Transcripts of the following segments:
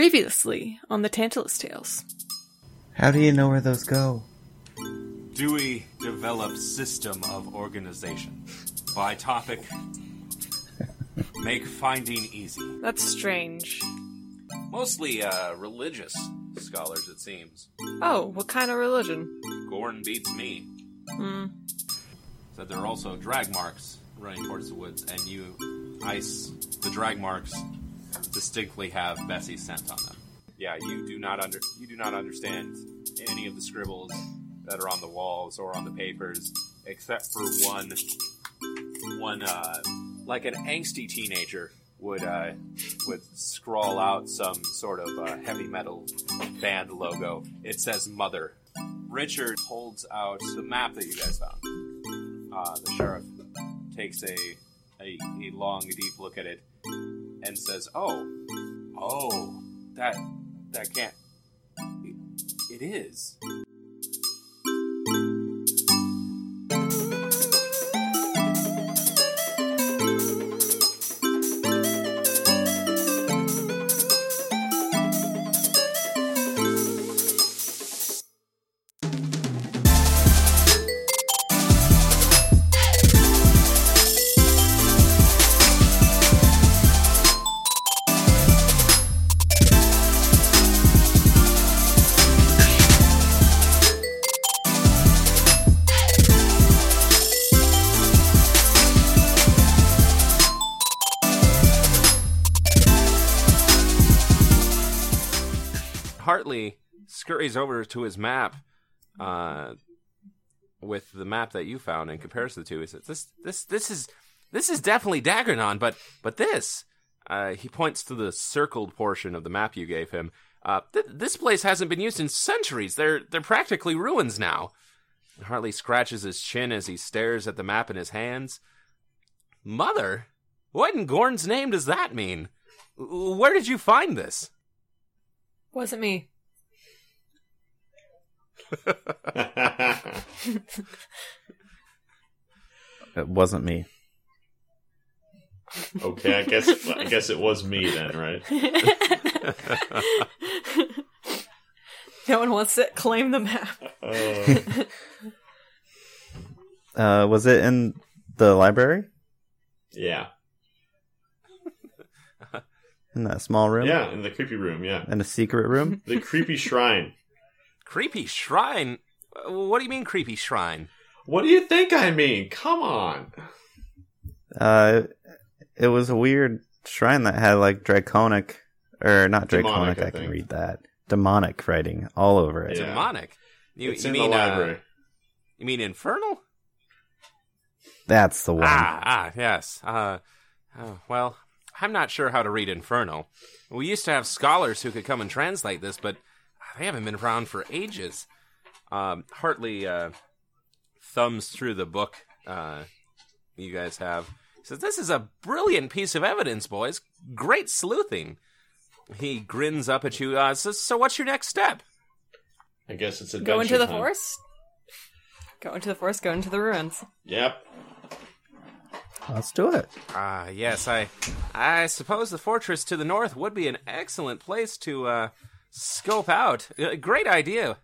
Previously on the Tantalus Tales. How do you know where those go? Dewey develops system of organization by topic. Make finding easy. That's strange. Mostly uh, religious scholars, it seems. Oh, what kind of religion? Gorn beats me. Hmm. Said there are also drag marks running towards the woods, and you ice the drag marks distinctly have Bessie's scent on them. Yeah, you do not under you do not understand any of the scribbles that are on the walls or on the papers, except for one one uh, like an angsty teenager would uh, would scrawl out some sort of uh, heavy metal band logo. It says "Mother." Richard holds out the map that you guys found. Uh, the sheriff takes a, a a long, deep look at it and says, "Oh, oh, that that can't. It, it is." Hartley scurries over to his map, uh, with the map that you found and compares the two. He says, "This, this, this is, this is definitely Daggernon, but, but this." Uh, he points to the circled portion of the map you gave him. Uh, th- this place hasn't been used in centuries. They're they're practically ruins now. And Hartley scratches his chin as he stares at the map in his hands. Mother, what in Gorn's name does that mean? W- Where did you find this? Wasn't me. It wasn't me. okay, I guess I guess it was me then, right? no one wants to claim the map. Uh, Uh, was it in the library? yeah, In that small room? yeah, in the creepy room, yeah, In a secret room? the creepy shrine. Creepy shrine? Uh, What do you mean creepy shrine? What do you think I mean? Come on. uh, it was a weird shrine that had like draconic, or not draconic, Demonic, I, I can think. read that. Demonic writing all over it. Yeah. Demonic. You, it's you in mean, the uh, library. you mean infernal? That's the one. Ah, ah, yes. Uh, uh, well, I'm not sure how to read infernal. We used to have scholars who could come and translate this, but they haven't been around for ages. Um, Hartley uh, thumbs through the book uh, you guys have. He says, This is a brilliant piece of evidence, boys. Great sleuthing. He grins up at you. Uh, so, so, what's your next step? I guess it's adventure. Go into the time. forest? Go into the forest, go into the ruins. Yep. Let's do it. Ah, yes, I I suppose the fortress to the north would be an excellent place to uh, scope out. Uh, great idea.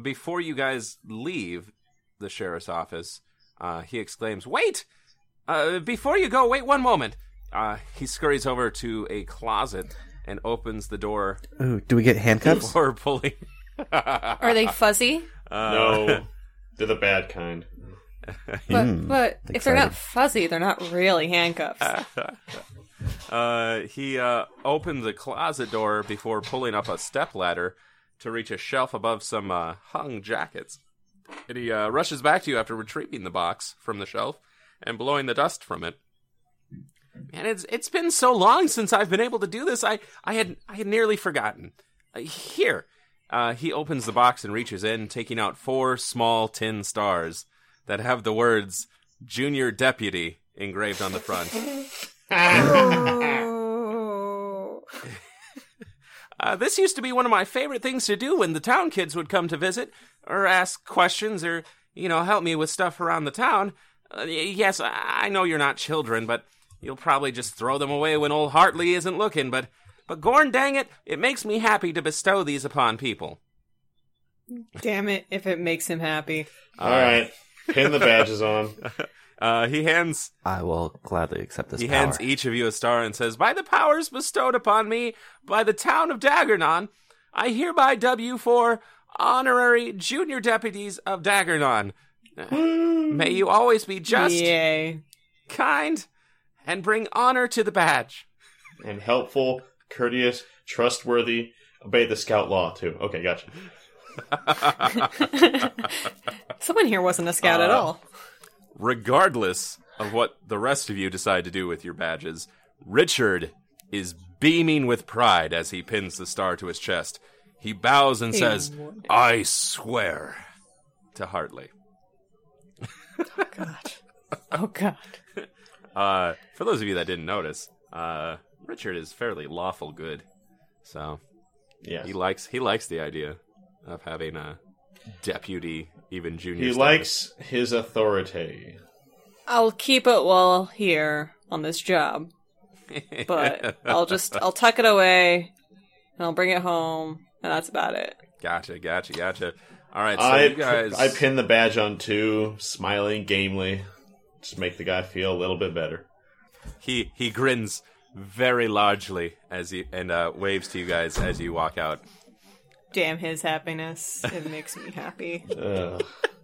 Before you guys leave the sheriff's office, uh, he exclaims, Wait! Uh, before you go, wait one moment. Uh, he scurries over to a closet and opens the door Ooh, do we get handcuffs? before pulling. Are they fuzzy? Uh. no, they're the bad kind. But, Mm, but if they're not fuzzy, they're not really handcuffs. Uh, he uh, opened the closet door before pulling up a stepladder to reach a shelf above some uh, hung jackets. And he uh, rushes back to you after retrieving the box from the shelf and blowing the dust from it. And it's it's been so long since I've been able to do this. I I had I had nearly forgotten. Uh, here, uh, he opens the box and reaches in, taking out four small tin stars that have the words "Junior Deputy" engraved on the front. Oh. Uh, this used to be one of my favorite things to do when the town kids would come to visit or ask questions or, you know, help me with stuff around the town. Uh, y- yes, I-, I know you're not children, but you'll probably just throw them away when old Hartley isn't looking. But But gorn dang it, it makes me happy to bestow these upon people. Damn it, if it makes him happy. All right. Pin the badges on. Uh, he hands I will gladly accept this he power. hands e- each of you a star and says, By the powers bestowed upon me by the town of Dagernon, I hereby dub you for honorary junior deputies of Dagernon. May you always be just, Yay. kind, and bring honor to the badge. And helpful, courteous, trustworthy. Obey the scout law, too. Okay, gotcha. Someone here wasn't a scout at all. Regardless of what the rest of you decide to do with your badges, Richard is beaming with pride as he pins the star to his chest. He bows and He says, would. I swear to Hartley. Oh god. Uh, for those of you that didn't notice, uh, Richard is fairly lawful good, so Yes. he likes he likes the idea of having a deputy, even junior. He status. likes his authority. I'll keep it while here on this job, but I'll just I'll tuck it away and I'll bring it home, and that's about it. gotcha, gotcha, gotcha. All right, so I you guys, I pin the badge on two, smiling gamely. Just make the guy feel a little bit better. he he grins very largely as he and uh, waves to you guys as you walk out. Damn his happiness. It makes me happy. Ugh.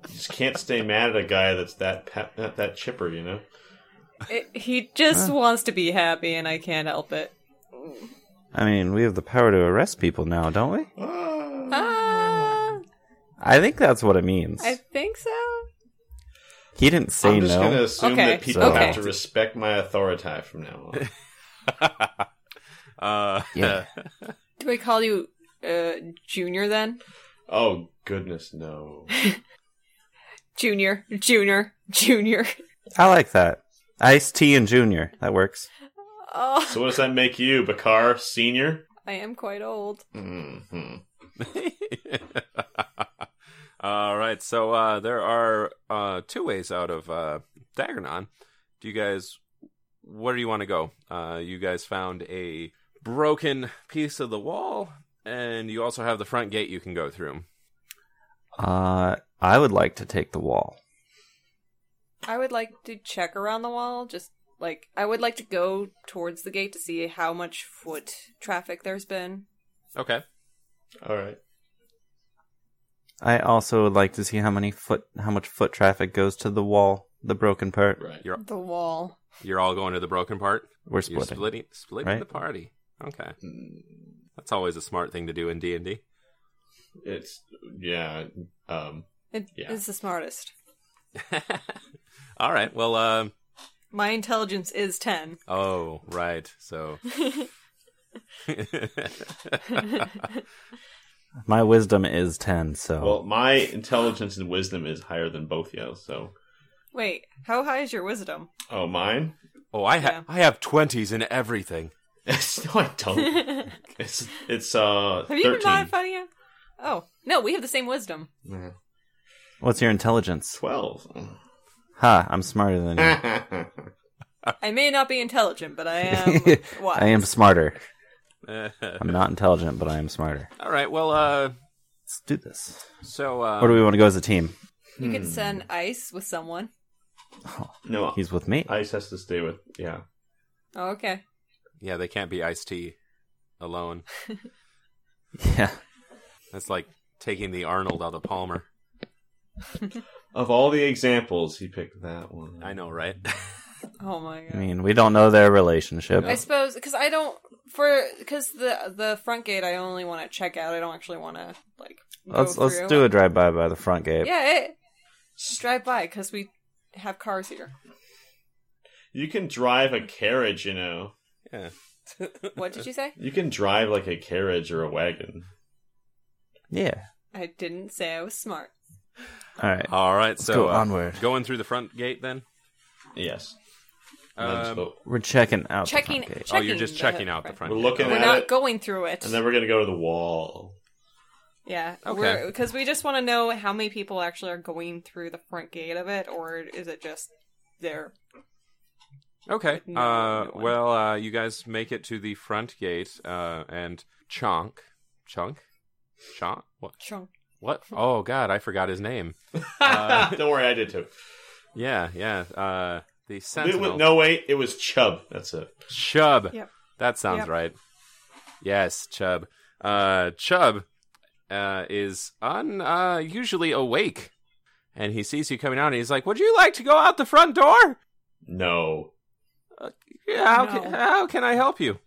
you just can't stay mad at a guy that's that pep, that, that chipper, you know. It, he just wants to be happy, and I can't help it. I mean, we have the power to arrest people now, don't we? Ah, I think that's what it means. I think so. He didn't say I'm just no. gonna assume Okay, that people okay. have to respect my authority from now on. Uh, Yeah. Do I call you uh, Junior then? oh goodness, no. Junior, Junior, Junior. I like that. Ice T and Junior. That works. Oh, So what does that make you, Bakar Senior? I am quite old. Mm-hmm. All right, so uh, there are uh, two ways out of uh, Dagernon. Do you guys, where do you want to go? Uh, you guys found a broken piece of the wall, and you also have the front gate you can go through. Uh, I would like to take the wall. I would like to check around the wall. Just like I would like to go towards the gate to see how much foot traffic there's been. Okay. All right. I also would like to see how many foot, how much foot traffic goes to the wall, the broken part. Right. You're The wall. you're all going to the broken part. We're You're splitting. splitting splitting right? the party. Okay. That's always a smart thing to do in D and D. It's yeah. Um, It is Yeah. the smartest. All right. Well. Um, My intelligence is ten. oh, right. So. My wisdom is ten, so well, my intelligence and wisdom is higher than both y'all. So, Wait, how high is your wisdom? oh, mine. Oh, I ha- Yeah. I have twenties in everything. no, I Oh. don't. Have It's it's uh you been thirteen. modified yet? Oh no, we have the same wisdom. Yeah. what's your intelligence? Twelve. Ha! I'm smarter than you. I may not be intelligent, but I am. wise. Ah. I am smarter. Uh, I'm not intelligent, but I am smarter. all right. Well, uh, Let's do this. so uh, Where do we want to go as a team? You could send ice with someone. Hmm. no, He's with me. Ice has to stay with yeah. Oh, okay. yeah, they can't be iced tea alone. Yeah. That's like taking the Arnold out of Palmer. Of all the examples, he picked that one. I know, right? Oh my god. I mean, we don't know their relationship. I suppose because I don't for because the the front gate I only want to check out. I don't actually want to like. go Let's let's through. do a drive by by the front gate. Yeah, it, just drive by because we have cars here. You can drive a carriage, you know. yeah. What did you say? You can drive like a carriage or a wagon. Yeah. I didn't say I was smart. All right. All right. so go uh, onward. Going through the front gate then. Yes. And, then just Um, go- We're checking out. the Checking, front gate. oh, you're just the checking out the front- front. We're gate. looking Oh, We're at not it. going through it. and then we're gonna go to the wall. Yeah, Okay. okay. Because we just want to know how many people actually are going through the front gate of it, or is it just there? Okay. No, uh, no one. well, uh, you guys make it to the front gate, uh, and Chonk, Chunk, Chonk, what? Chunk. What? Oh God, I forgot his name. Uh, Don't worry, I did too. Yeah, yeah. Uh, the It Sentinel. was, no, wait, it was Chubb. That's it. Chubb. Yep. That sounds Yep. right. Yes, Chubb. Uh, Chubb uh, is un uh, usually awake, and he sees you coming out, and he's like, "Would you like to go out the front door? No, Yeah, how, No. can, how can I help you?"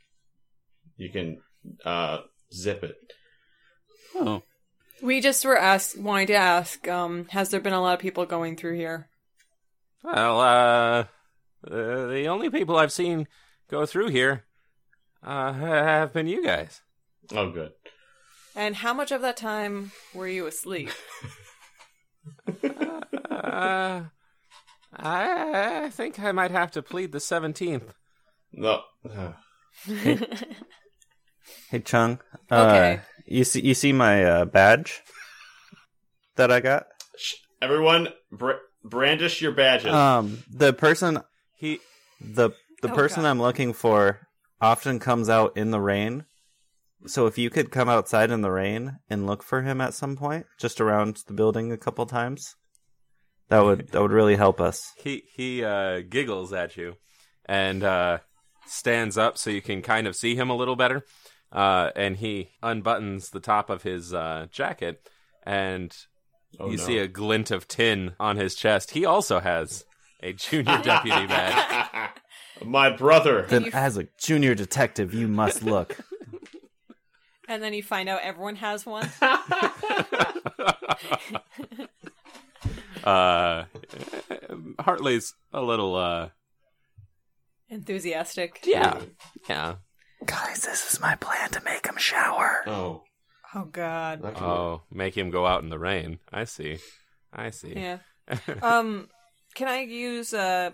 you can uh, zip it. Oh, We just were asked, wanting to ask, um, has there been a lot of people going through here? Well, uh, the, the only people I've seen go through here uh, have been you guys. Oh, good. And how much of that time were you asleep? Uh, I I think I might have to plead the 17th. No, uh, Hey Chung. Uh, Okay. You see, you see my uh, badge that I got. sh- everyone br- brandish your badges. Um, the person, He the the Oh, person God. I'm looking for often comes out in the rain. So if you could come outside in the rain and look for him at some point, just around the building a couple times, that would that would really help us. he he uh, giggles at you and uh, stands up so you can kind of see him a little better. Uh, and he unbuttons the top of his uh, jacket, and Oh, you no. see a glint of tin on his chest. He also has a junior deputy badge. My brother. Then Then, you f- as a junior detective, you must look. and then you find out everyone has one. uh, Hartley's a little, uh, Enthusiastic. yeah, yeah. Guys, this is my plan to make him shower. Oh, Oh God. that can work. Oh, make him go out in the rain. I see. I see. Yeah. um, can I use uh,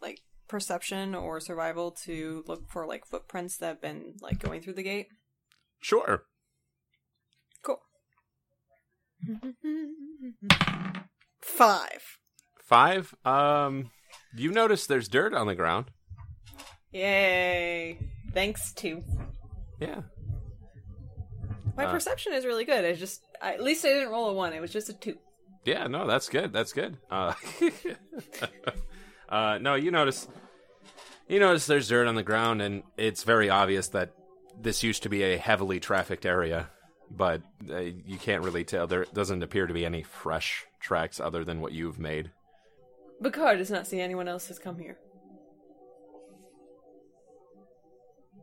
like perception or survival to look for like footprints that have been like going through the gate? Sure. Cool. Five. Five. Um, you notice there's dirt on the ground. Yay. Thanks to Yeah. my Uh. perception is really good. I just I, at least I didn't roll a one. It was just a two. Yeah. No, that's good. That's good. Uh, uh, no, you notice. You notice there's dirt on the ground, and it's very obvious that this used to be a heavily trafficked area, but uh, you can't really tell. There doesn't appear to be any fresh tracks other than what you've made. Picard does not see anyone else has come here.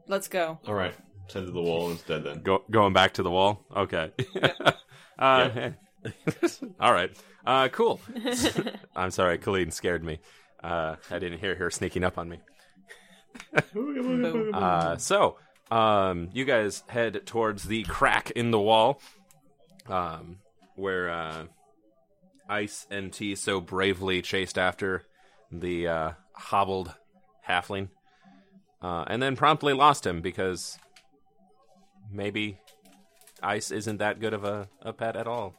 Let's go. All right. Send to the wall instead then. Go, going back to the wall. Okay. uh, all right. Uh, cool. I'm sorry, Colleen scared me. Uh, I didn't hear her sneaking up on me. Boom. Uh, so, um, you guys head towards the crack in the wall, um, where uh, Ice and T so bravely chased after the uh, hobbled halfling, uh, and then promptly lost him because maybe Ice isn't that good of a, a pet at all.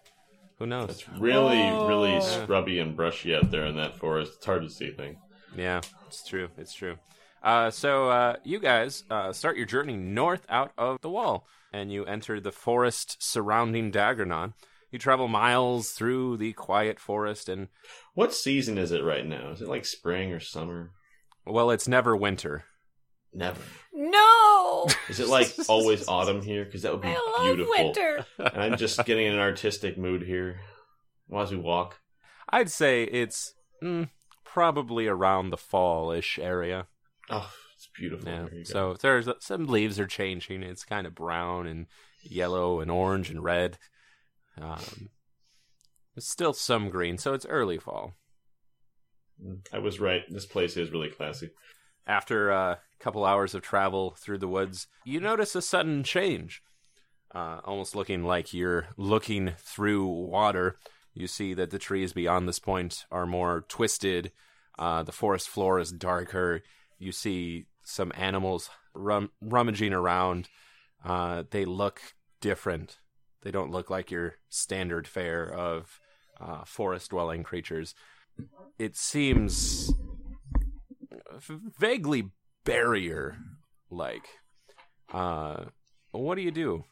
Who knows? It's really, really Oh. scrubby and brushy out there in that forest. It's hard to see things. Yeah, it's true. It's true. Uh, so uh, you guys uh, start your journey north out of the wall, and you enter the forest surrounding Daggernon. You travel miles through the quiet forest, and What season is it right now? Is it like spring or summer? well, it's never winter. Never. No! Is it like always autumn here? Because that would be I love beautiful. winter. And I'm just getting in an artistic mood here as we walk. I'd say it's mm, probably around the fall-ish area. Oh, it's beautiful. Yeah. There you go. So there's uh, some leaves are changing. It's kind of brown and yellow and orange and red. Um, there's still some green, so it's early fall. I was right. This place is really classy. After uh, a couple hours of travel through the woods, you notice a sudden change. Uh, almost looking like you're looking through water, you see that the trees beyond this point are more twisted. Uh, the forest floor is darker. You see some animals rum- rummaging around. Uh, they look different. They don't look like your standard fare of uh, forest dwelling creatures. It seems vaguely barrier like. Uh, what do you do?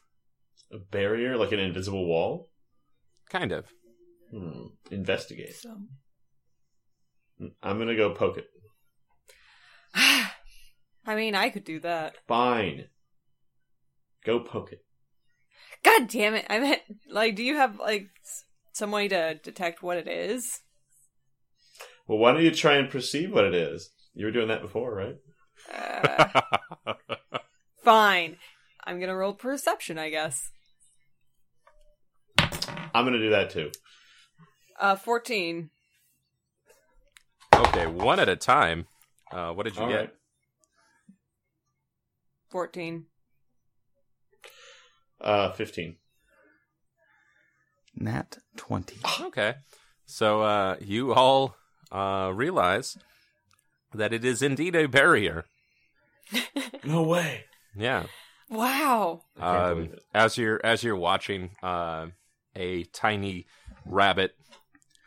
A barrier, like an invisible wall? Kind of. Hmm. Investigate. So. I'm gonna go poke it. I mean, I could do that. Fine. Go poke it. God damn it! I meant, like, do you have like s- some way to detect what it is? Well, why don't you try and perceive what it is? You were doing that before, right? Uh, fine. I'm gonna roll perception, I guess. I'm gonna do that too. Uh, fourteen. okay, one at a time. Uh, what did you All get? right. Fourteen. Uh, 15. Nat 20. Okay. So uh, you all uh, realize that it is indeed a barrier. No way. Yeah. Wow. I can't Um, believe it. As you're as you're watching, uh, a tiny rabbit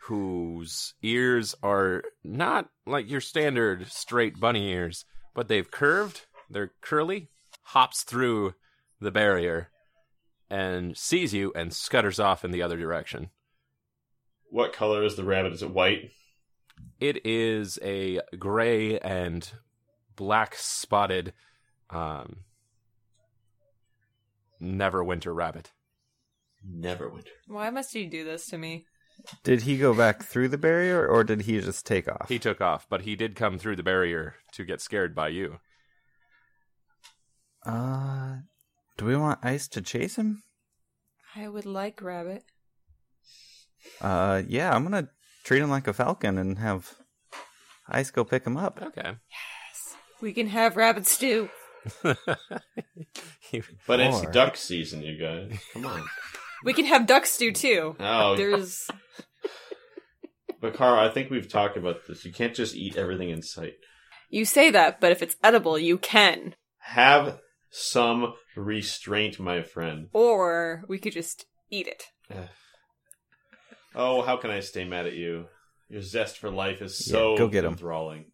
whose ears are not like your standard straight bunny ears, but they've curved. They're curly. Hops through the barrier and sees you and scutters off in the other direction. What color is the rabbit? Is it white? It is a gray and black spotted um Neverwinter rabbit. Never winter. Why must you do this to me? Did he go back through the barrier or did he just take off? He took off, but he did come through the barrier to get scared by you. uh, do we want Ice to chase him? I would like rabbit. Uh, yeah, I'm gonna treat him like a falcon and have Ice go pick him up. Okay. We can have rabbit stew. But it's Or- duck season, you guys. Come on. We can have duck stew too. Oh, There's but Carl, I think we've talked about this. You can't just eat everything in sight. you say that, but if it's edible, you can. Have some restraint, my friend. Or we could just eat it. Oh, how can I stay mad at you? Your zest for life is so Yeah, go get 'em. enthralling.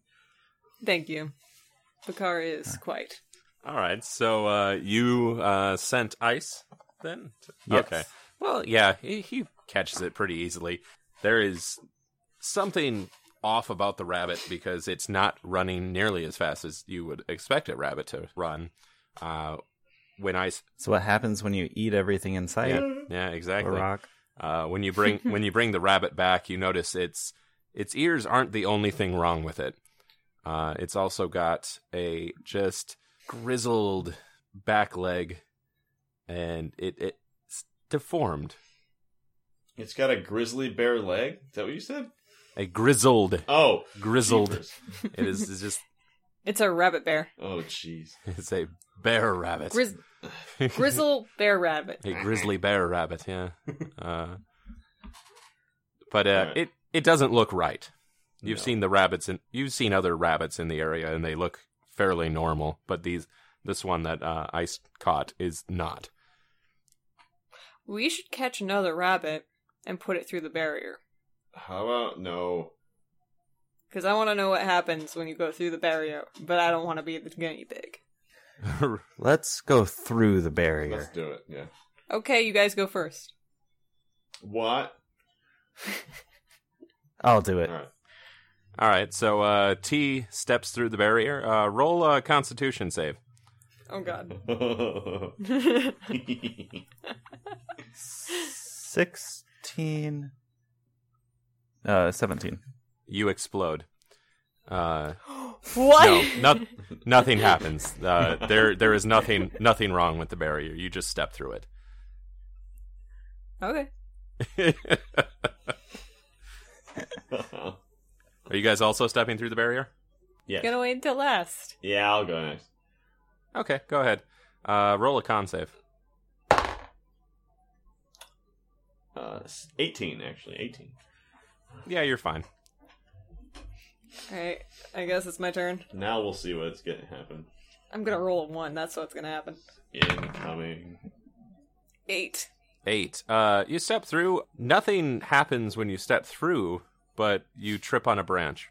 Thank you. Bakar is quite. All right. So uh you uh sent ice then? Yes. Okay. Well, yeah, he, he catches it pretty easily. There is something off about the rabbit because it's not running nearly as fast as you would expect a rabbit to run. Uh, when I s- So what happens when you eat everything in sight? yeah, yeah exactly. Barack? Uh, when you bring when you bring the rabbit back, you notice its its ears aren't the only thing wrong with it. Uh, it's also got a just grizzled back leg, and it it's deformed. It's got a grizzly bear leg. Is that what you said? A grizzled, Oh, grizzled. jeepers. It is it's just It's a rabbit bear. Oh, jeez. it's a bear rabbit. Grizz- grizzle bear rabbit. a grizzly bear rabbit, yeah. Uh, but uh, Alright. it it doesn't look right. You've No. seen the rabbits and you've seen other rabbits in the area, and they look fairly normal. But these this one that uh, Ice caught is not. We should catch another rabbit and put it through the barrier. How about no? Because I want to know what happens when you go through the barrier, but I don't want to be the guinea pig. Let's go through the Let's barrier. do it. Yeah. Okay, you guys go first. What? I'll do All it. right. All right, so uh, T steps through the barrier. Uh, roll a Constitution save. Oh god. Sixteen. Uh, seventeen. You explode. Uh, what? no, not, nothing happens. Uh, there there is nothing nothing wrong with the barrier. You just step through it. Okay. Are you guys also stepping through the barrier? yeah. Gonna wait until last. Yeah, I'll go next. Okay, go ahead. Uh, roll a con save. Uh, s- 18, actually. 18. Yeah, you're fine. Alright, I guess it's my turn. Now we'll see what's going to happen. I'm gonna roll a one, that's what's gonna happen. Incoming. Eight. Eight. Uh, you step through. Nothing happens when you step through, but you trip on a branch.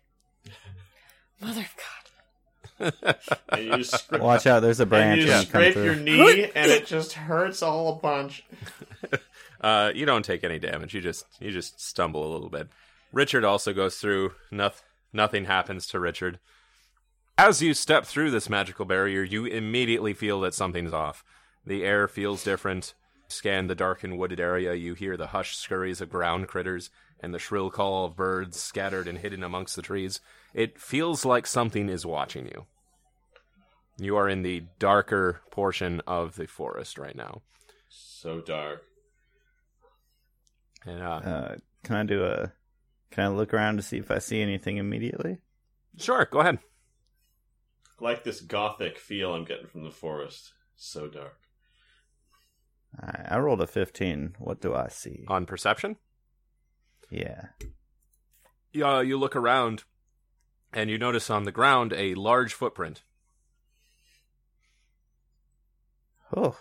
Mother of God. And you scra- Watch out, there's a and branch. when you you come scrape through. your knee, and it just hurts all a whole bunch. Uh, you don't take any damage. You just you just stumble a little bit. Richard also goes through. Noth- nothing happens to Richard. As you step through this magical barrier, you immediately feel that something's off. The air feels different. Scan the darkened wooded area. You hear the hushed scurries of ground critters and the shrill call of birds scattered and hidden amongst the trees. It feels like something is watching you. You are in the darker portion of the forest right now. So dark. And uh, Uh, can I do a? Can I look around to see if I see anything immediately? sure, go ahead. Like this gothic feel I'm getting from the forest. So dark. I, I rolled a fifteen. What do I see? on perception. Yeah. Uh, you look around and you notice on the ground a large footprint. Oh,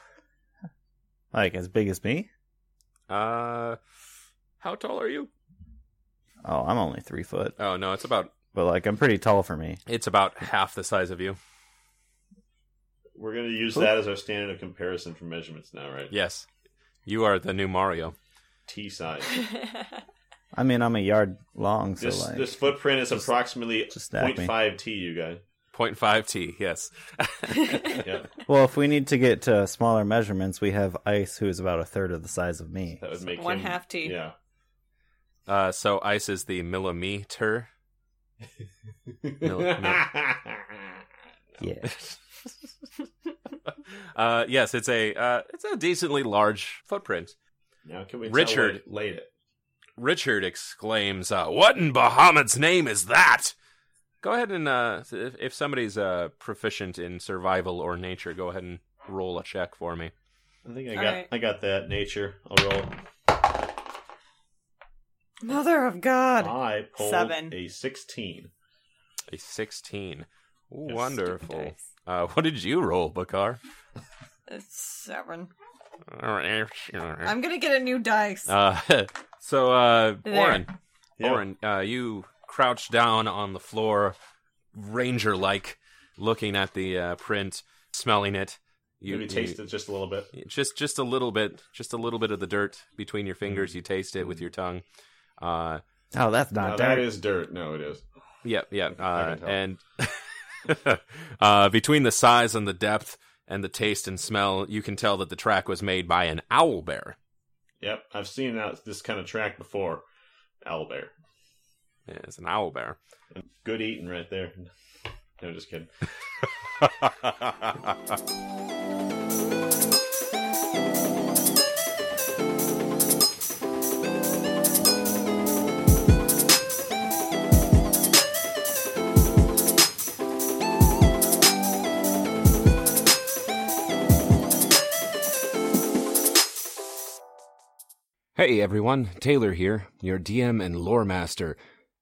like as big as me? Uh, how tall are you? Oh, I'm only three foot, Oh no, it's about but like I'm pretty tall for me. it's about half the size of you. We're gonna use Cool. that as our standard of comparison for measurements now, right? Yes, you are the new Mario. T size. I mean, I'm a yard long, so this like this footprint is approximately just stab me. 0.5 T, you guys. 0.5 t. Yes, Yeah, Well, if we need to get to smaller measurements, we have Ice, who is about a third of the size of me. that would make One him- half T. Yeah, uh, so ice is the millimeter. No, Yeah. Uh, yes, it's a uh, it's a decently large footprint. now can we Richard. Richard laid it? Richard exclaims, uh, "What in Bahamut's name is that?" Go ahead and uh, if, if somebody's uh, proficient in survival or nature, go ahead and roll a check for me. I think I All got right. I got that nature. I'll roll. Mother of God. I pulled Seven. a sixteen. A sixteen. Ooh, Yes. wonderful. Uh, what did you roll, Bakar? It's seven. Uh, I'm gonna get a new dice. so, uh, There. Warren, Yeah. Oren, uh, you crouch down on the floor, ranger like, looking at the uh, print, smelling it. You, Maybe you- taste it just a little bit. just just a little bit just a little bit of the dirt between your fingers you taste it with your tongue uh Oh, that's Now, not that dirt. is dirt. No, it is. yeah yeah uh, I can tell. and uh between the size and the depth and the taste and smell you can tell that the track was made by an owl bear Yep, I've seen that this kind of track before. Owlbear. Yeah, it's an owl bear Good eating right there. No, just kidding. Hey everyone, Taylor here, your DM and lore master.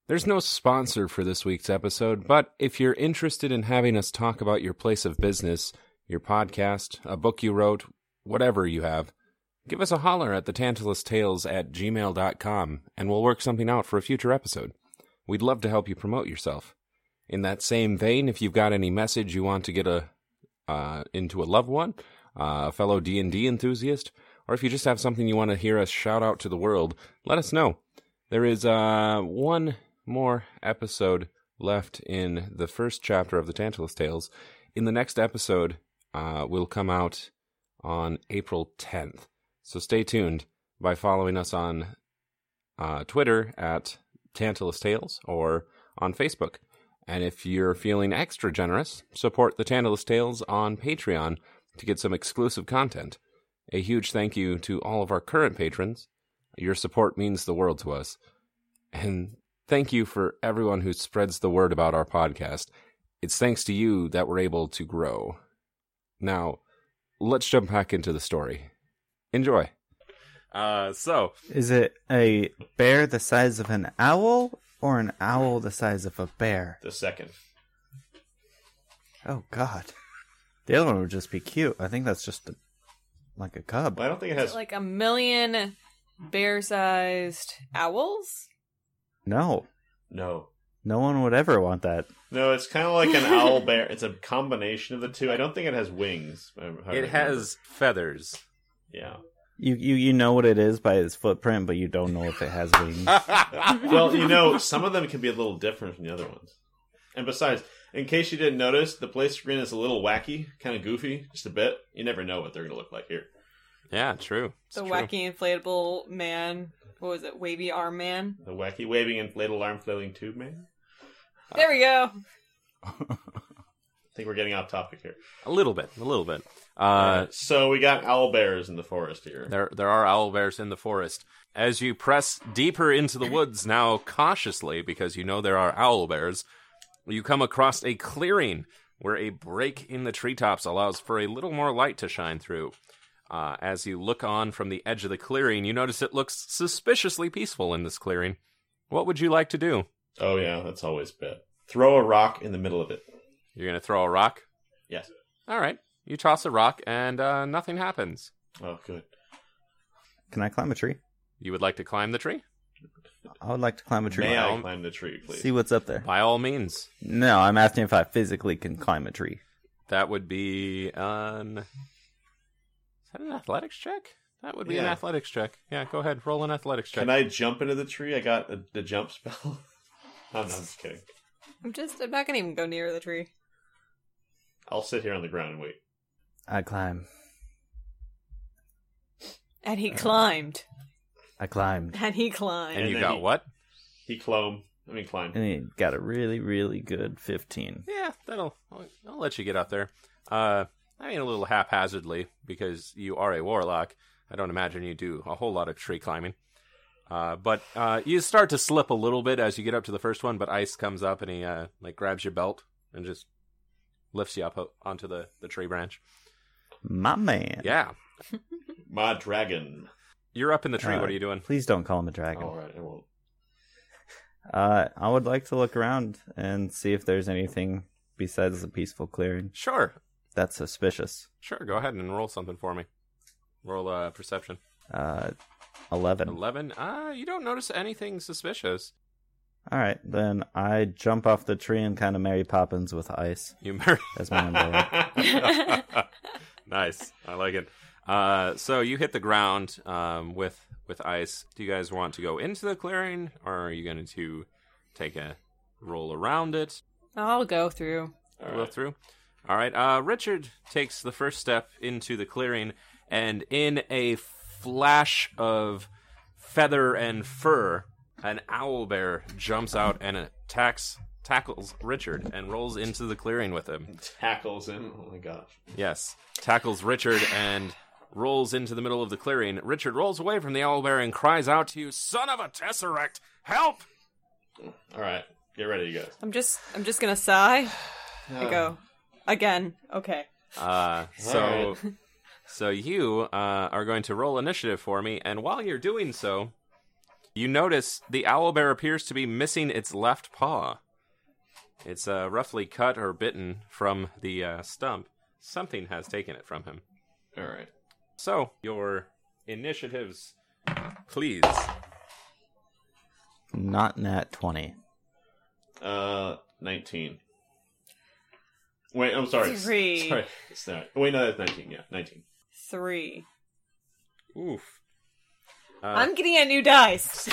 There's no sponsor for this week's episode, but if you're interested in having us talk about your place of business, your podcast, a book you wrote, whatever you have, give us a holler at the Tantalus Tales at gmail.com and we'll work something out for a future episode. We'd love to help you promote yourself. In that same vein, if you've got any message you want to get a uh, into a loved one, uh, a fellow D&D enthusiast, or if you just have something you want to hear us shout out to the world, let us know. There is uh, one more episode left in the first chapter of the Tantalus Tales. In the next episode, uh, will come out on April 10th. So stay tuned by following us on uh, Twitter at Tantalus Tales or on Facebook. And if you're feeling extra generous, support the Tantalus Tales on Patreon to get some exclusive content. A huge thank you to all of our current patrons. Your support means the world to us. And thank you for everyone who spreads the word about our podcast. It's thanks to you that we're able to grow. Now, let's jump back into the story. Enjoy. Uh, so, Is it a bear the size of an owl or an owl the size of a bear? The second. Oh God, the other one would just be cute. I think that's just a, like a cub. Well, I don't think it has. like a million bear sized owls? No, no. No one would ever want that. No, it's kind of like an owl bear. It's a combination of the two. I don't think it has wings. if I remember. It has feathers. Yeah. You, you you know what it is by its footprint, but you don't know if it has wings. Well, you know, some of them can be a little different from the other ones. And besides, in case you didn't notice, the play screen is a little wacky, kind of goofy, just a bit. You never know what they're going to look like here. yeah, true. It's The true. wacky inflatable man. What was it? Wavy arm man. The wacky waving inflatable arm flailing tube man. Uh, There we go. I think we're getting off topic here. A little bit, a little bit. Uh, so we got owl bears in the forest here. There, there are owl bears in the forest. As you press deeper into the woods now, cautiously, because you know there are owl bears, you come across a clearing where a break in the treetops allows for a little more light to shine through. Uh, as you look on from the edge of the clearing, you notice it looks suspiciously peaceful in this clearing. What would you like to do? Oh yeah, that's always bad. Throw a rock in the middle of it. You're going to throw a rock? Yes. All right. You toss a rock, and uh, nothing happens. Oh, good. Can I climb a tree? You would like to climb the tree? I would like to climb a tree. May I Well, climb the tree, please? See what's up there. By all means. No, I'm asking if I physically can climb a tree. That would be an. Is that an athletics check? That would be an Yeah. athletics check. Yeah, go ahead, roll an athletics check. Can I jump into the tree? I got a, the jump spell. Oh, I'm, I'm just kidding. I'm just. I'm not gonna even go near the tree. I'll sit here on the ground and wait. I climb. And he climbed. I climbed. And he climbed. uh, and And you then got he- what? He clomb. I mean, climb. And he got a really, really good 15. Yeah, that'll. I'll, I'll let you get out there. Uh, I mean, a little haphazardly because you are a warlock. I don't imagine you do a whole lot of tree climbing. Uh, but uh, you start to slip a little bit as you get up to the first one. But Ice comes up and he uh, like grabs your belt and just lifts you up o- onto the, the tree branch. My man. Yeah, My dragon. you're up in the tree. Uh, what are you doing? Please don't call him a dragon. All right, I won't. Oh. Uh, I would like to look around and see if there's anything besides the peaceful clearing Sure, that's suspicious. Sure, go ahead and roll something for me. Roll uh, perception. Uh, 11. Eleven. Ah, you don't notice anything suspicious. All right, then I jump off the tree and kind of Mary Poppins with ice You marry. as my umbrella. nice. I like it. Uh, so you hit the ground um, with with ice. Do you guys want to go into the clearing, or are you going to take a roll around it? I'll go through. All Roll right. through. All right. Uh, Richard takes the first step into the clearing, and in a flash of feather and fur, an owl bear jumps out and attacks, tackles Richard, and rolls into the clearing with him. Tackles him. Oh my gosh. Yes, tackles Richard and rolls into the middle of the clearing. Richard rolls away from the owl bear and cries out to you, "Son of a tesseract, help!" All right, get ready, you guys. I'm just. I'm just gonna sigh. I go again. Okay. Uh, so, so you uh, are going to roll initiative for me, and while you're doing so, you notice the owlbear appears to be missing its left paw. It's uh, roughly cut or bitten from the uh, stump. Something has taken it from him. All right. So, your initiatives, please. Not nat 20. Uh, nineteen. Wait, I'm sorry. Three. Sorry. It's not- Wait, no, that's nineteen. Yeah, nineteen. Three. Oof. Uh, I'm getting a new dice.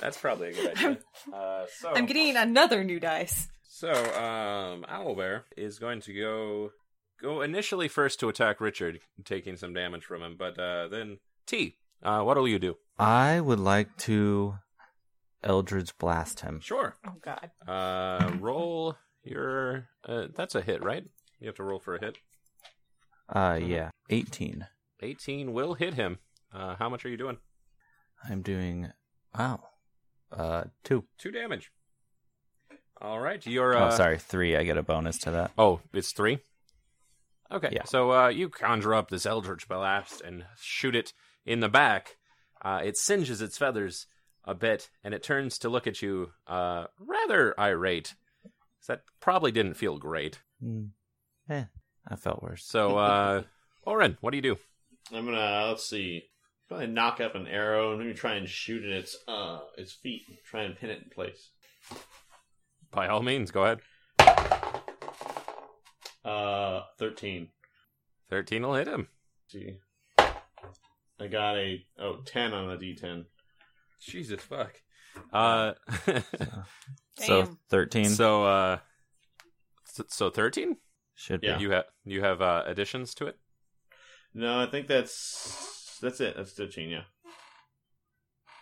That's probably a good idea. Uh, so, I'm getting another new dice. So, um, Owlbear is going to go go initially first to attack Richard, taking some damage from him, but uh, then T. Uh, what'll you do? I would like to Eldridge blast him. Sure. Oh God. Uh, roll your. Uh, that's a hit, right? You have to roll for a hit. Uh, yeah, 18. Eighteen will hit him. Uh, how much are you doing? I'm doing, wow, uh, two. Two damage. All right, you're. Uh, Oh, sorry, three. I get a bonus to that. Oh, it's three. Okay, Yeah. so uh, you conjure up this eldritch blast and shoot it in the back. Uh, it singes its feathers a bit, and it turns to look at you, uh, rather irate. 'Cause That probably didn't feel great. Mm. Eh, I felt worse. So, uh, Oren, what do you do? I'm gonna let's see. Probably knock up an arrow and maybe try and shoot at its uh its feet. Try and pin it in place. By all means, go ahead. Uh, thirteen. 13 will hit him. Gee. I got a oh 10 on a d10. Jesus fuck. Uh, So Damn. 13 so uh, so- so 13. should be. Yeah. You have you have uh, additions to it. No, I think that's that's it. That's 13. Yeah.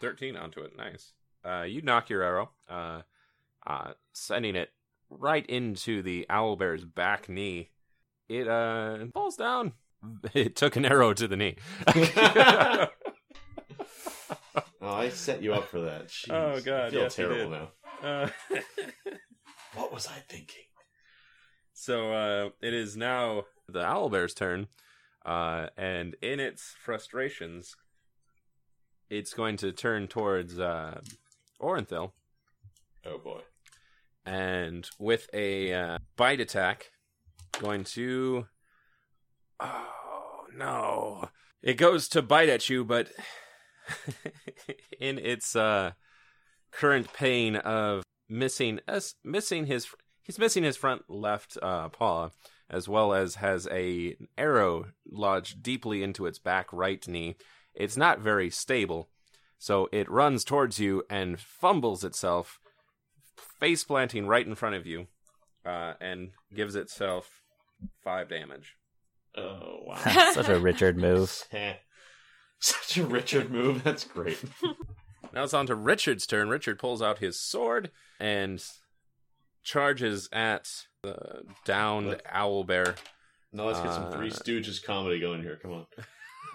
13 onto it. Nice. Uh, you knock your arrow, uh, uh, sending it right into the owl bear's back knee. It uh, falls down. It took an arrow to the knee. Oh, I set you up for that. Jeez. Oh, God, I feel yes, you did. terrible now. Uh, What was I thinking? so uh, it is now the owl bear's turn, uh, and in its frustrations, it's going to turn towards uh, Orenthil. Oh boy. and with a uh, bite attack, going to. Oh no! It goes to bite at you, but in its uh, current pain of missing us, missing his, he's missing his front left uh, paw, as well as has a arrow lodged deeply into its back right knee. It's not very stable, so it runs towards you and fumbles itself face planting right in front of you, uh, and gives itself five damage. Oh wow. Such a Richard move. Heh. Such a Richard move. That's great. Now it's on to Richard's turn. Richard pulls out his sword and charges at the downed owl bear. Now let's get some Three Uh, Stooges comedy going here. Come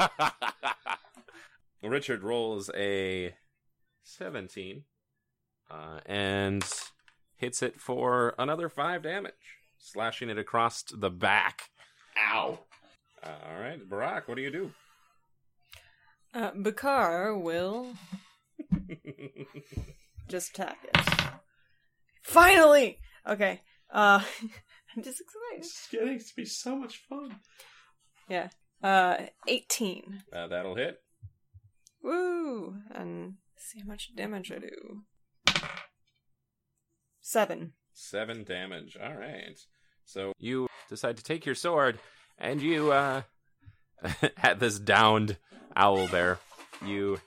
on. Richard rolls a seventeen, uh, and hits it for another five damage, slashing it across the back. Ow. Uh, all right, Barack, what do you do? Uh, Bakar will just attack it. Finally! Okay. Uh, I'm just excited. This is getting to be so much fun. Yeah. Uh, 18. Uh, that'll hit. Woo! And see how much damage I do. Seven. Seven damage. All right. So you decide to take your sword, and you, uh, at this downed owl bear, you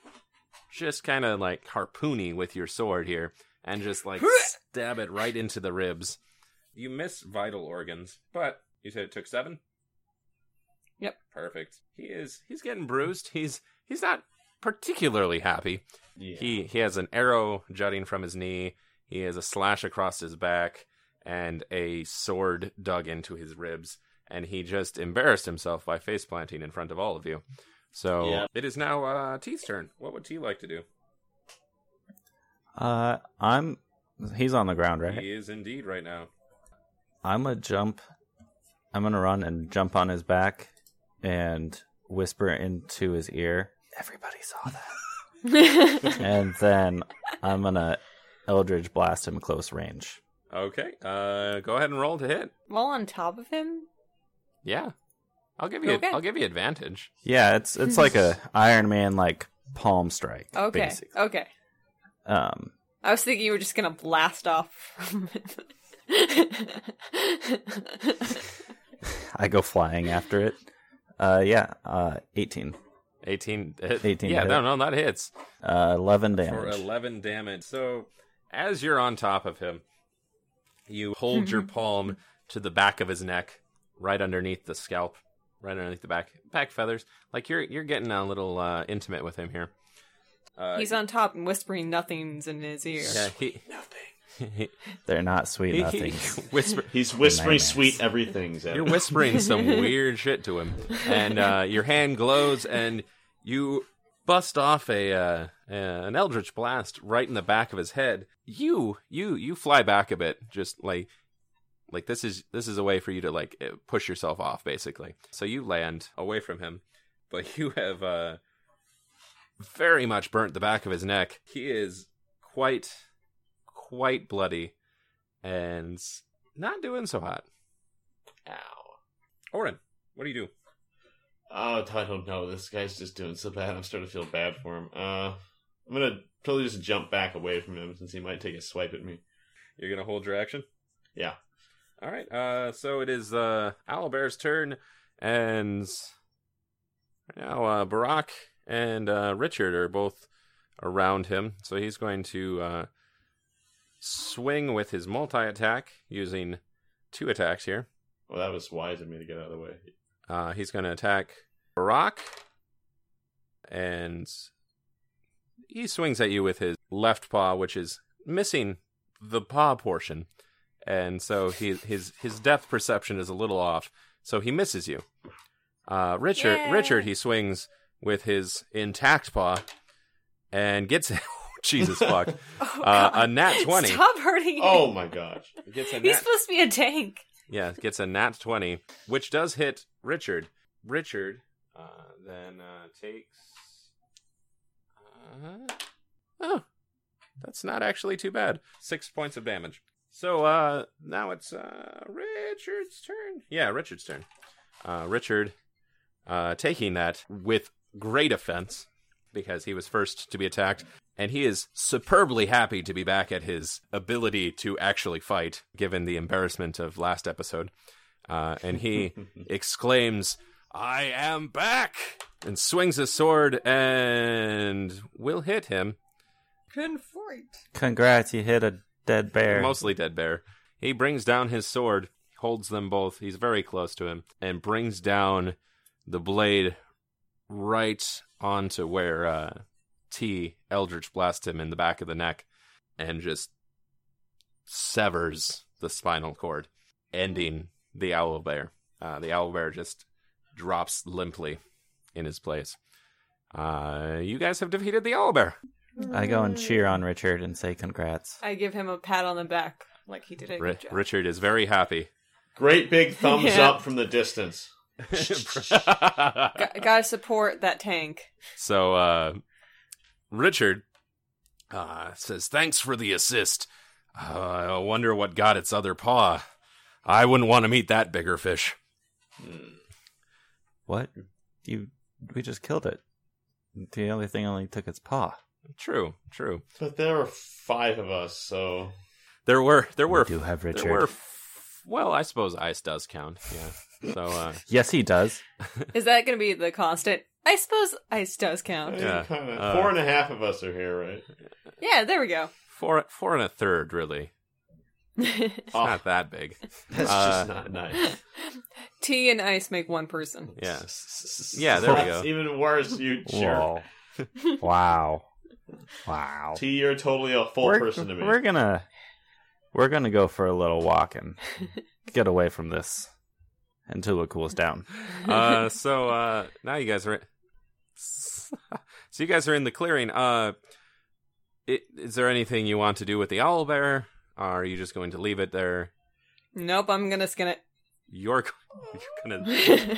just kind of like harpoony with your sword here, and just like stab it right into the ribs. You miss vital organs, but you said it took seven. Yep. Perfect. He is. He's getting bruised. He's. He's not particularly happy. Yeah. He he has an arrow jutting from his knee. He has a slash across his back and a sword dug into his ribs. And he just embarrassed himself by face planting in front of all of you. So Yeah. it is now uh, T's turn. What would T like to do? Uh, I'm. He's on the ground, right? He is indeed right now. I'm gonna jump. I'm gonna run and jump on his back and whisper into his ear. Everybody saw that. and then I'm gonna Eldridge blast him close range. Okay, uh, go ahead and roll to hit. While on top of him? Yeah, I'll give you. Okay. I'll give you advantage. Yeah, it's it's like a Iron Man like palm strike. Okay. basically. Okay. Um. I was thinking you were just gonna blast off from it. I go flying after it. Uh. Yeah. Uh. 18. Eighteen. Hit. 18 Yeah, hit. no, no, that hits. Uh. 11 for damage. 11 damage. So, as you're on top of him, you hold your palm to the back of his neck, right underneath the scalp, right underneath the back back feathers. Like you're you're getting a little uh, intimate with him here. Uh, He's on top and whispering nothings in his ear. yeah, he, he, They're not sweet. he, Nothing. whisper. He's whispering Nightmares. sweet everything's at You're him. whispering some weird shit to him, and uh, your hand glows, and you bust off a uh, uh, an eldritch blast right in the back of his head. You you you fly back a bit, just like like this is this is a way for you to like eh, push yourself off, basically. So you land away from him, but you have uh, very much burnt the back of his neck. He is quite quite bloody and not doing so hot. Ow. Oren, what do you do? Oh, I don't know. This guy's just doing so bad. I'm starting to feel bad for him. Uh, I'm gonna probably just jump back away from him since he might take a swipe at me. You're gonna hold your action. Yeah. All right. Uh, so it is uh, Owlbear's turn, and right now uh, Barack and uh, Richard are both around him. So he's going to uh, swing with his multi attack using two attacks here. Well, that was wise of me to get out of the way. Uh, he's going to attack Barack, and he swings at you with his left paw, which is missing the paw portion, and so he, his his depth perception is a little off, so he misses you. Uh, Richard, Yay. Richard, he swings with his intact paw, and gets Jesus fuck Oh, uh, God. a nat twenty. Stop hurting Oh my gosh! Gets a me. He's supposed to be a tank. yeah, gets a nat 20, which does hit Richard. Richard uh, then uh, takes. Uh, oh, that's not actually too bad. Six points of damage. So uh, now it's uh, Richard's turn. Yeah, Richard's turn. Uh, Richard uh, taking that with great offense because he was first to be attacked. And he is superbly happy to be back at his ability to actually fight, given the embarrassment of last episode. Uh, and he exclaims, I am back! And swings his sword and will hit him. Couldn't fight. Congrats, you hit a dead bear. Mostly dead bear. He brings down his sword, holds them both. He's very close to him, and brings down the blade right onto where uh, T Eldritch blasts him in the back of the neck, and just severs the spinal cord, ending the owl bear. Uh, the owl bear just drops limply in his place. Uh, you guys have defeated the owl bear. I go and cheer on Richard and say congrats. I give him a pat on the back, like he did a Ri good job. Richard is very happy. Great big thumbs Yeah. up from the distance. Got to support that tank. So uh, Richard uh, says, "Thanks for the assist. Uh, I wonder what got its other paw. I wouldn't want to meet that bigger fish." Hmm. What? You? We just killed it. The other thing only took its paw. True, true. But there are five of us, so There were there were we do have Richard. there were. f- Well, I suppose ice does count. Yeah. So uh, Yes, he does. Is that going to be the constant? I suppose ice does count. Yeah, kinda, uh, four and a half of us are here, right? Yeah, there we go. four four and a third really. It's Oh, not that big. that's uh, just not nice. Tea and ice make one person. Yeah. Yeah, there we That's go. Even worse, you jerk. Wow. wow. Wow. T, you're totally a full we're, person to me. we're gonna we're gonna go for a little walk and get away from this until it cools down. uh, so uh, now you guys are in... so you guys are in the clearing. Uh, i- is there anything you want to do with the owl bear? are you just going to leave it there? Nope, I'm going to skin it. You're, go- you're gonna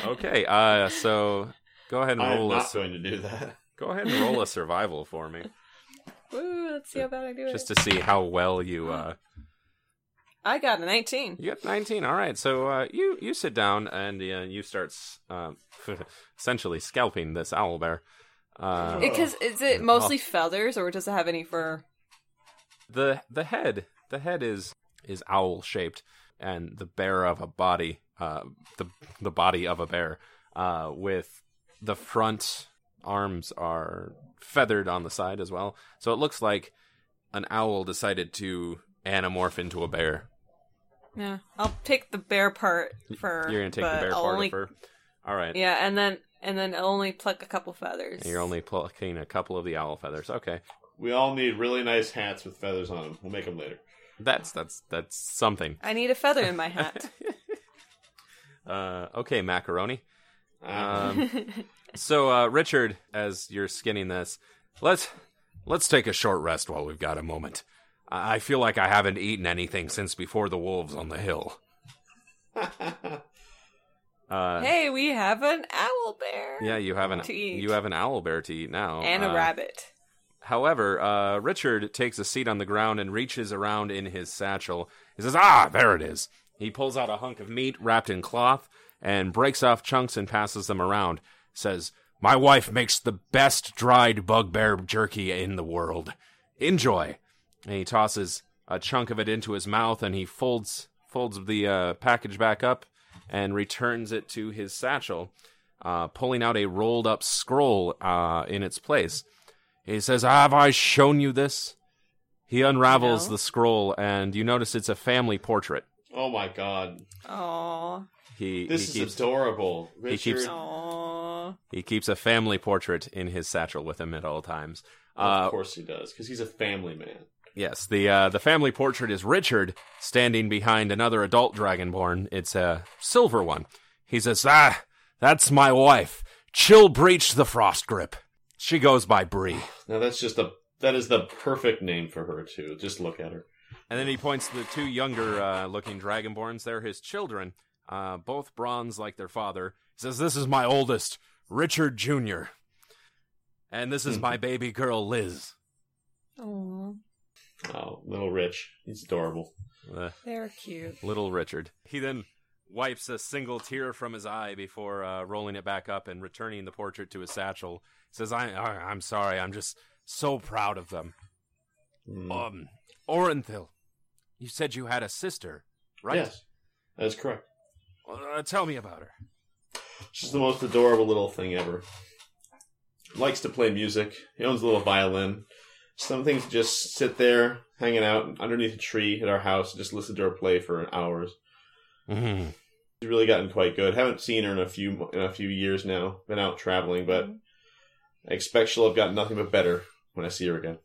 okay. Uh, so go ahead and I'm roll a not su- going to do that. go ahead and roll a survival for me, Woo, let's see how bad I do just it. to see how well you uh I got an 19. you got nineteen. All right, so uh, you you sit down and uh, you start s- um essentially scalping this owl bear. Uh, Because is it mostly feathers or does it have any fur? the the head the head is is owl shaped and the bear of a body uh the the body of a bear uh with the front arms are feathered on the side as well so it looks like an owl decided to anamorph into a bear Yeah, I'll take the bear part fur. you're gonna take but the bear I'll part only- of her all right Yeah, and then and then I'll only pluck a couple feathers. And you're only plucking a couple of the owl feathers okay We all need really nice hats with feathers on them. We'll make them later. that's that's that's something I need a feather in my hat. uh okay macaroni Uh, um So, uh, Richard, as you're skinning this, let's let's take a short rest while we've got a moment. I I feel like I haven't eaten anything since before the wolves on the hill. Uh, hey, we have an owl bear. yeah, you have an To eat. you have an owl bear to eat now, and a Uh, rabbit. However, uh, Richard takes a seat on the ground and reaches around in his satchel. He says, "Ah, there it is." He pulls out a hunk of meat wrapped in cloth and breaks off chunks and passes them around. Says, "My wife makes the best dried bugbear jerky in the world. Enjoy." And he tosses a chunk of it into his mouth, and he folds folds the uh, package back up and returns it to his satchel, uh, pulling out a rolled up scroll uh, in its place. He says, "Have I shown you this?" He unravels No. the scroll, and you notice it's a family portrait. Oh my god, Aw. He this he is keeps adorable. Richard, keeps- Oh. Aw. he keeps a family portrait in his satchel with him at all times. of Uh, course he does, because he's a family man. Yes, the uh, the family portrait is Richard standing behind another adult dragonborn. It's a silver one. He says, "Ah, that's my wife, Chill Breach the Frost Grip. She goes by Bree." Now that's just the that is the perfect name for her too. Just look at her. And then he points to the two younger uh, looking dragonborns. They're his children, uh, both bronze like their father. He says, "This is my oldest, Richard Junior, and this is my baby girl, Liz." Aw. Oh, little Rich, he's adorable. Uh, They're cute. Little Richard. He then wipes a single tear from his eye before uh, rolling it back up and returning the portrait to his satchel. Says, I, I, "I'm sorry. I'm just so proud of them." Mm. Um, Orenthil, you said you had a sister, right? Yes, that is correct. Uh, tell me about her. She's the most adorable little thing ever. Likes to play music. He owns a little violin. Some things just sit there hanging out underneath a tree at our house and just listen to her play for hours. Mm-hmm. She's really gotten quite good. Haven't seen her in a few mo- in a few years now. Been out traveling, but I expect she'll have gotten nothing but better when I see her again.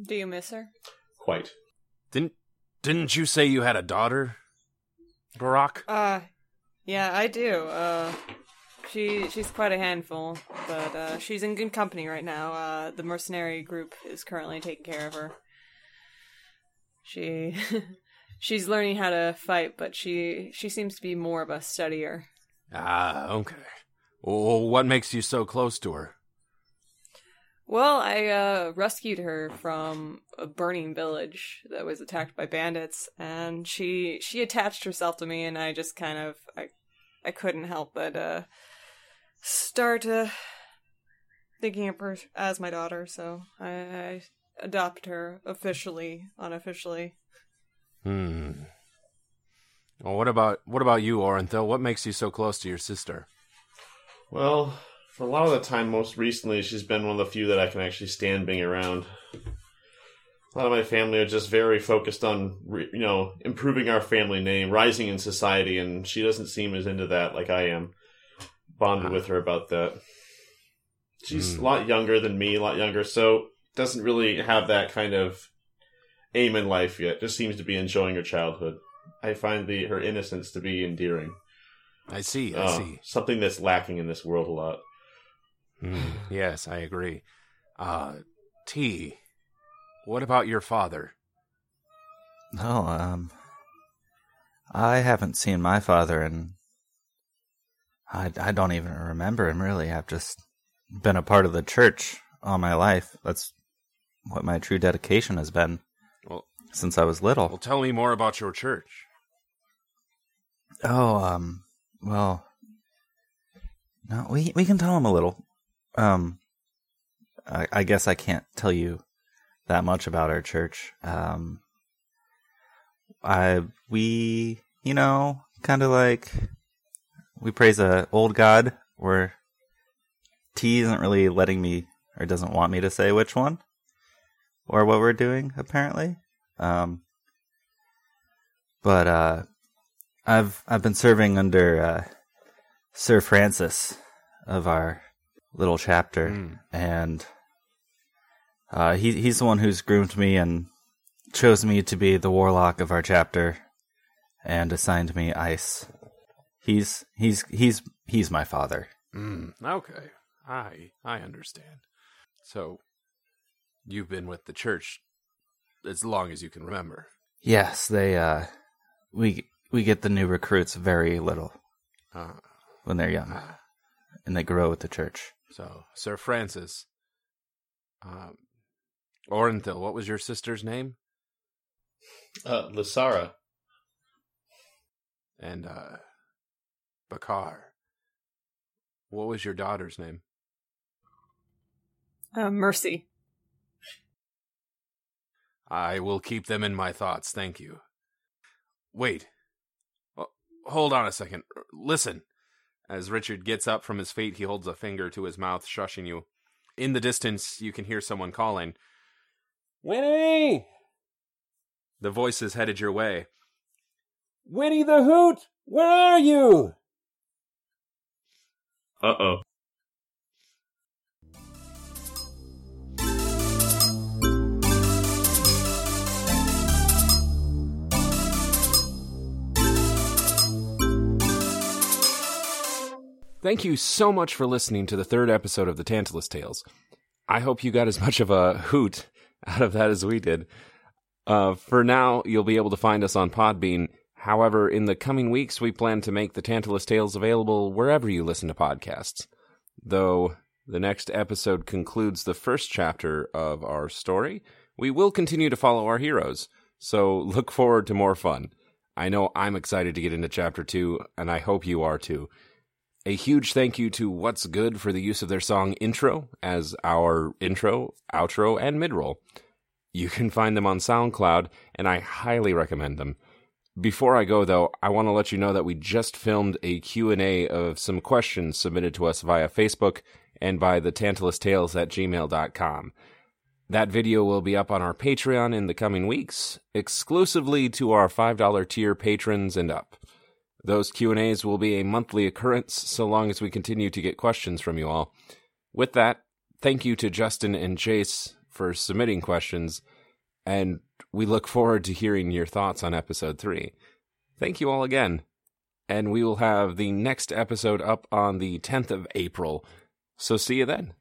Do you miss her? Quite. Didn't Didn't you say you had a daughter, Barack? Uh, yeah, I do. Uh, she she's quite a handful, but uh, she's in good company right now. Uh, the mercenary group is currently taking care of her. She she's learning how to fight, but she she seems to be more of a studier. Ah, okay. Well, what makes you so close to her? Well, I uh, rescued her from a burning village that was attacked by bandits, and she she attached herself to me, and I just kind of I I couldn't help but uh, start uh, thinking of her as my daughter. So I, I adopted her officially, unofficially. Hmm. Well, what about what about you, Orenthil? What makes you so close to your sister? Well, for a lot of the time, most recently, she's been one of the few that I can actually stand being around. A lot of my family are just very focused on, re- you know, improving our family name, rising in society, and she doesn't seem as into that like I am. Bonded Ah. with her about that. She's Hmm. a lot younger than me, a lot younger, so doesn't really have that kind of aim in life yet. Just seems to be enjoying her childhood. I find the her innocence to be endearing. I see. I Uh, see. something that's lacking in this world a lot. Hmm. Yes, I agree. Uh, T. What about your father? No, um, I haven't seen my father in. I I don't even remember him really. I've just been a part of the church all my life. That's what my true dedication has been Well, since I was little. well, tell me more about your church. Oh, um, well, no, we we can tell him a little. Um, I, I guess I can't tell you that much about our church. Um, I we you know kind of like we praise a old god where T isn't really letting me or doesn't want me to say which one or what we're doing apparently. Um, but uh. I've I've been serving under uh, Sir Francis of our little chapter, Mm. and uh, he he's the one who's groomed me and chose me to be the warlock of our chapter, and assigned me ice. He's he's he's he's my father. Hmm. Okay. I I understand. So, you've been with the church as long as you can remember. Yes, they uh, we we get the new recruits very little Uh, ah, when they're young, and they grow with the church. so, Sir Francis. Um, Orenthil, what was your sister's name? Uh, Lysara. and uh Bakar. What was your daughter's name? Uh, Mercy. I will keep them in my thoughts. Thank you. Wait. Oh, Hold on a second. Er, Listen. As Richard gets up from his feet, he holds a finger to his mouth, shushing you. In the distance, you can hear someone calling. Winnie! The voice is headed your way. Winnie the Hoot! Where are you? Uh oh. Thank you so much for listening to the third episode of the Tantalus Tales. I hope you got as much of a hoot out of that as we did. Uh, for now, you'll be able to find us on Podbean. However, in the coming weeks, we plan to make the Tantalus Tales available wherever you listen to podcasts. Though the next episode concludes the first chapter of our story, we will continue to follow our heroes. So look forward to more fun. I know I'm excited to get into chapter two, and I hope you are too. A huge thank you to What's Good for the use of their song Intro as our intro, outro, and midroll. You can find them on SoundCloud, and I highly recommend them. Before I go though, I want to let you know that we just filmed a Q&A of some questions submitted to us via Facebook and by the Tantalus Tales at gmail.com. That video will be up on our Patreon in the coming weeks, exclusively to our $5 tier patrons and up. Those Q&As will be a monthly occurrence so long as we continue to get questions from you all. With that, thank you to Justin and Jace for submitting questions and we look forward to hearing your thoughts on episode 3. Thank you all again. And we will have the next episode up on the 10th of April. So see you then.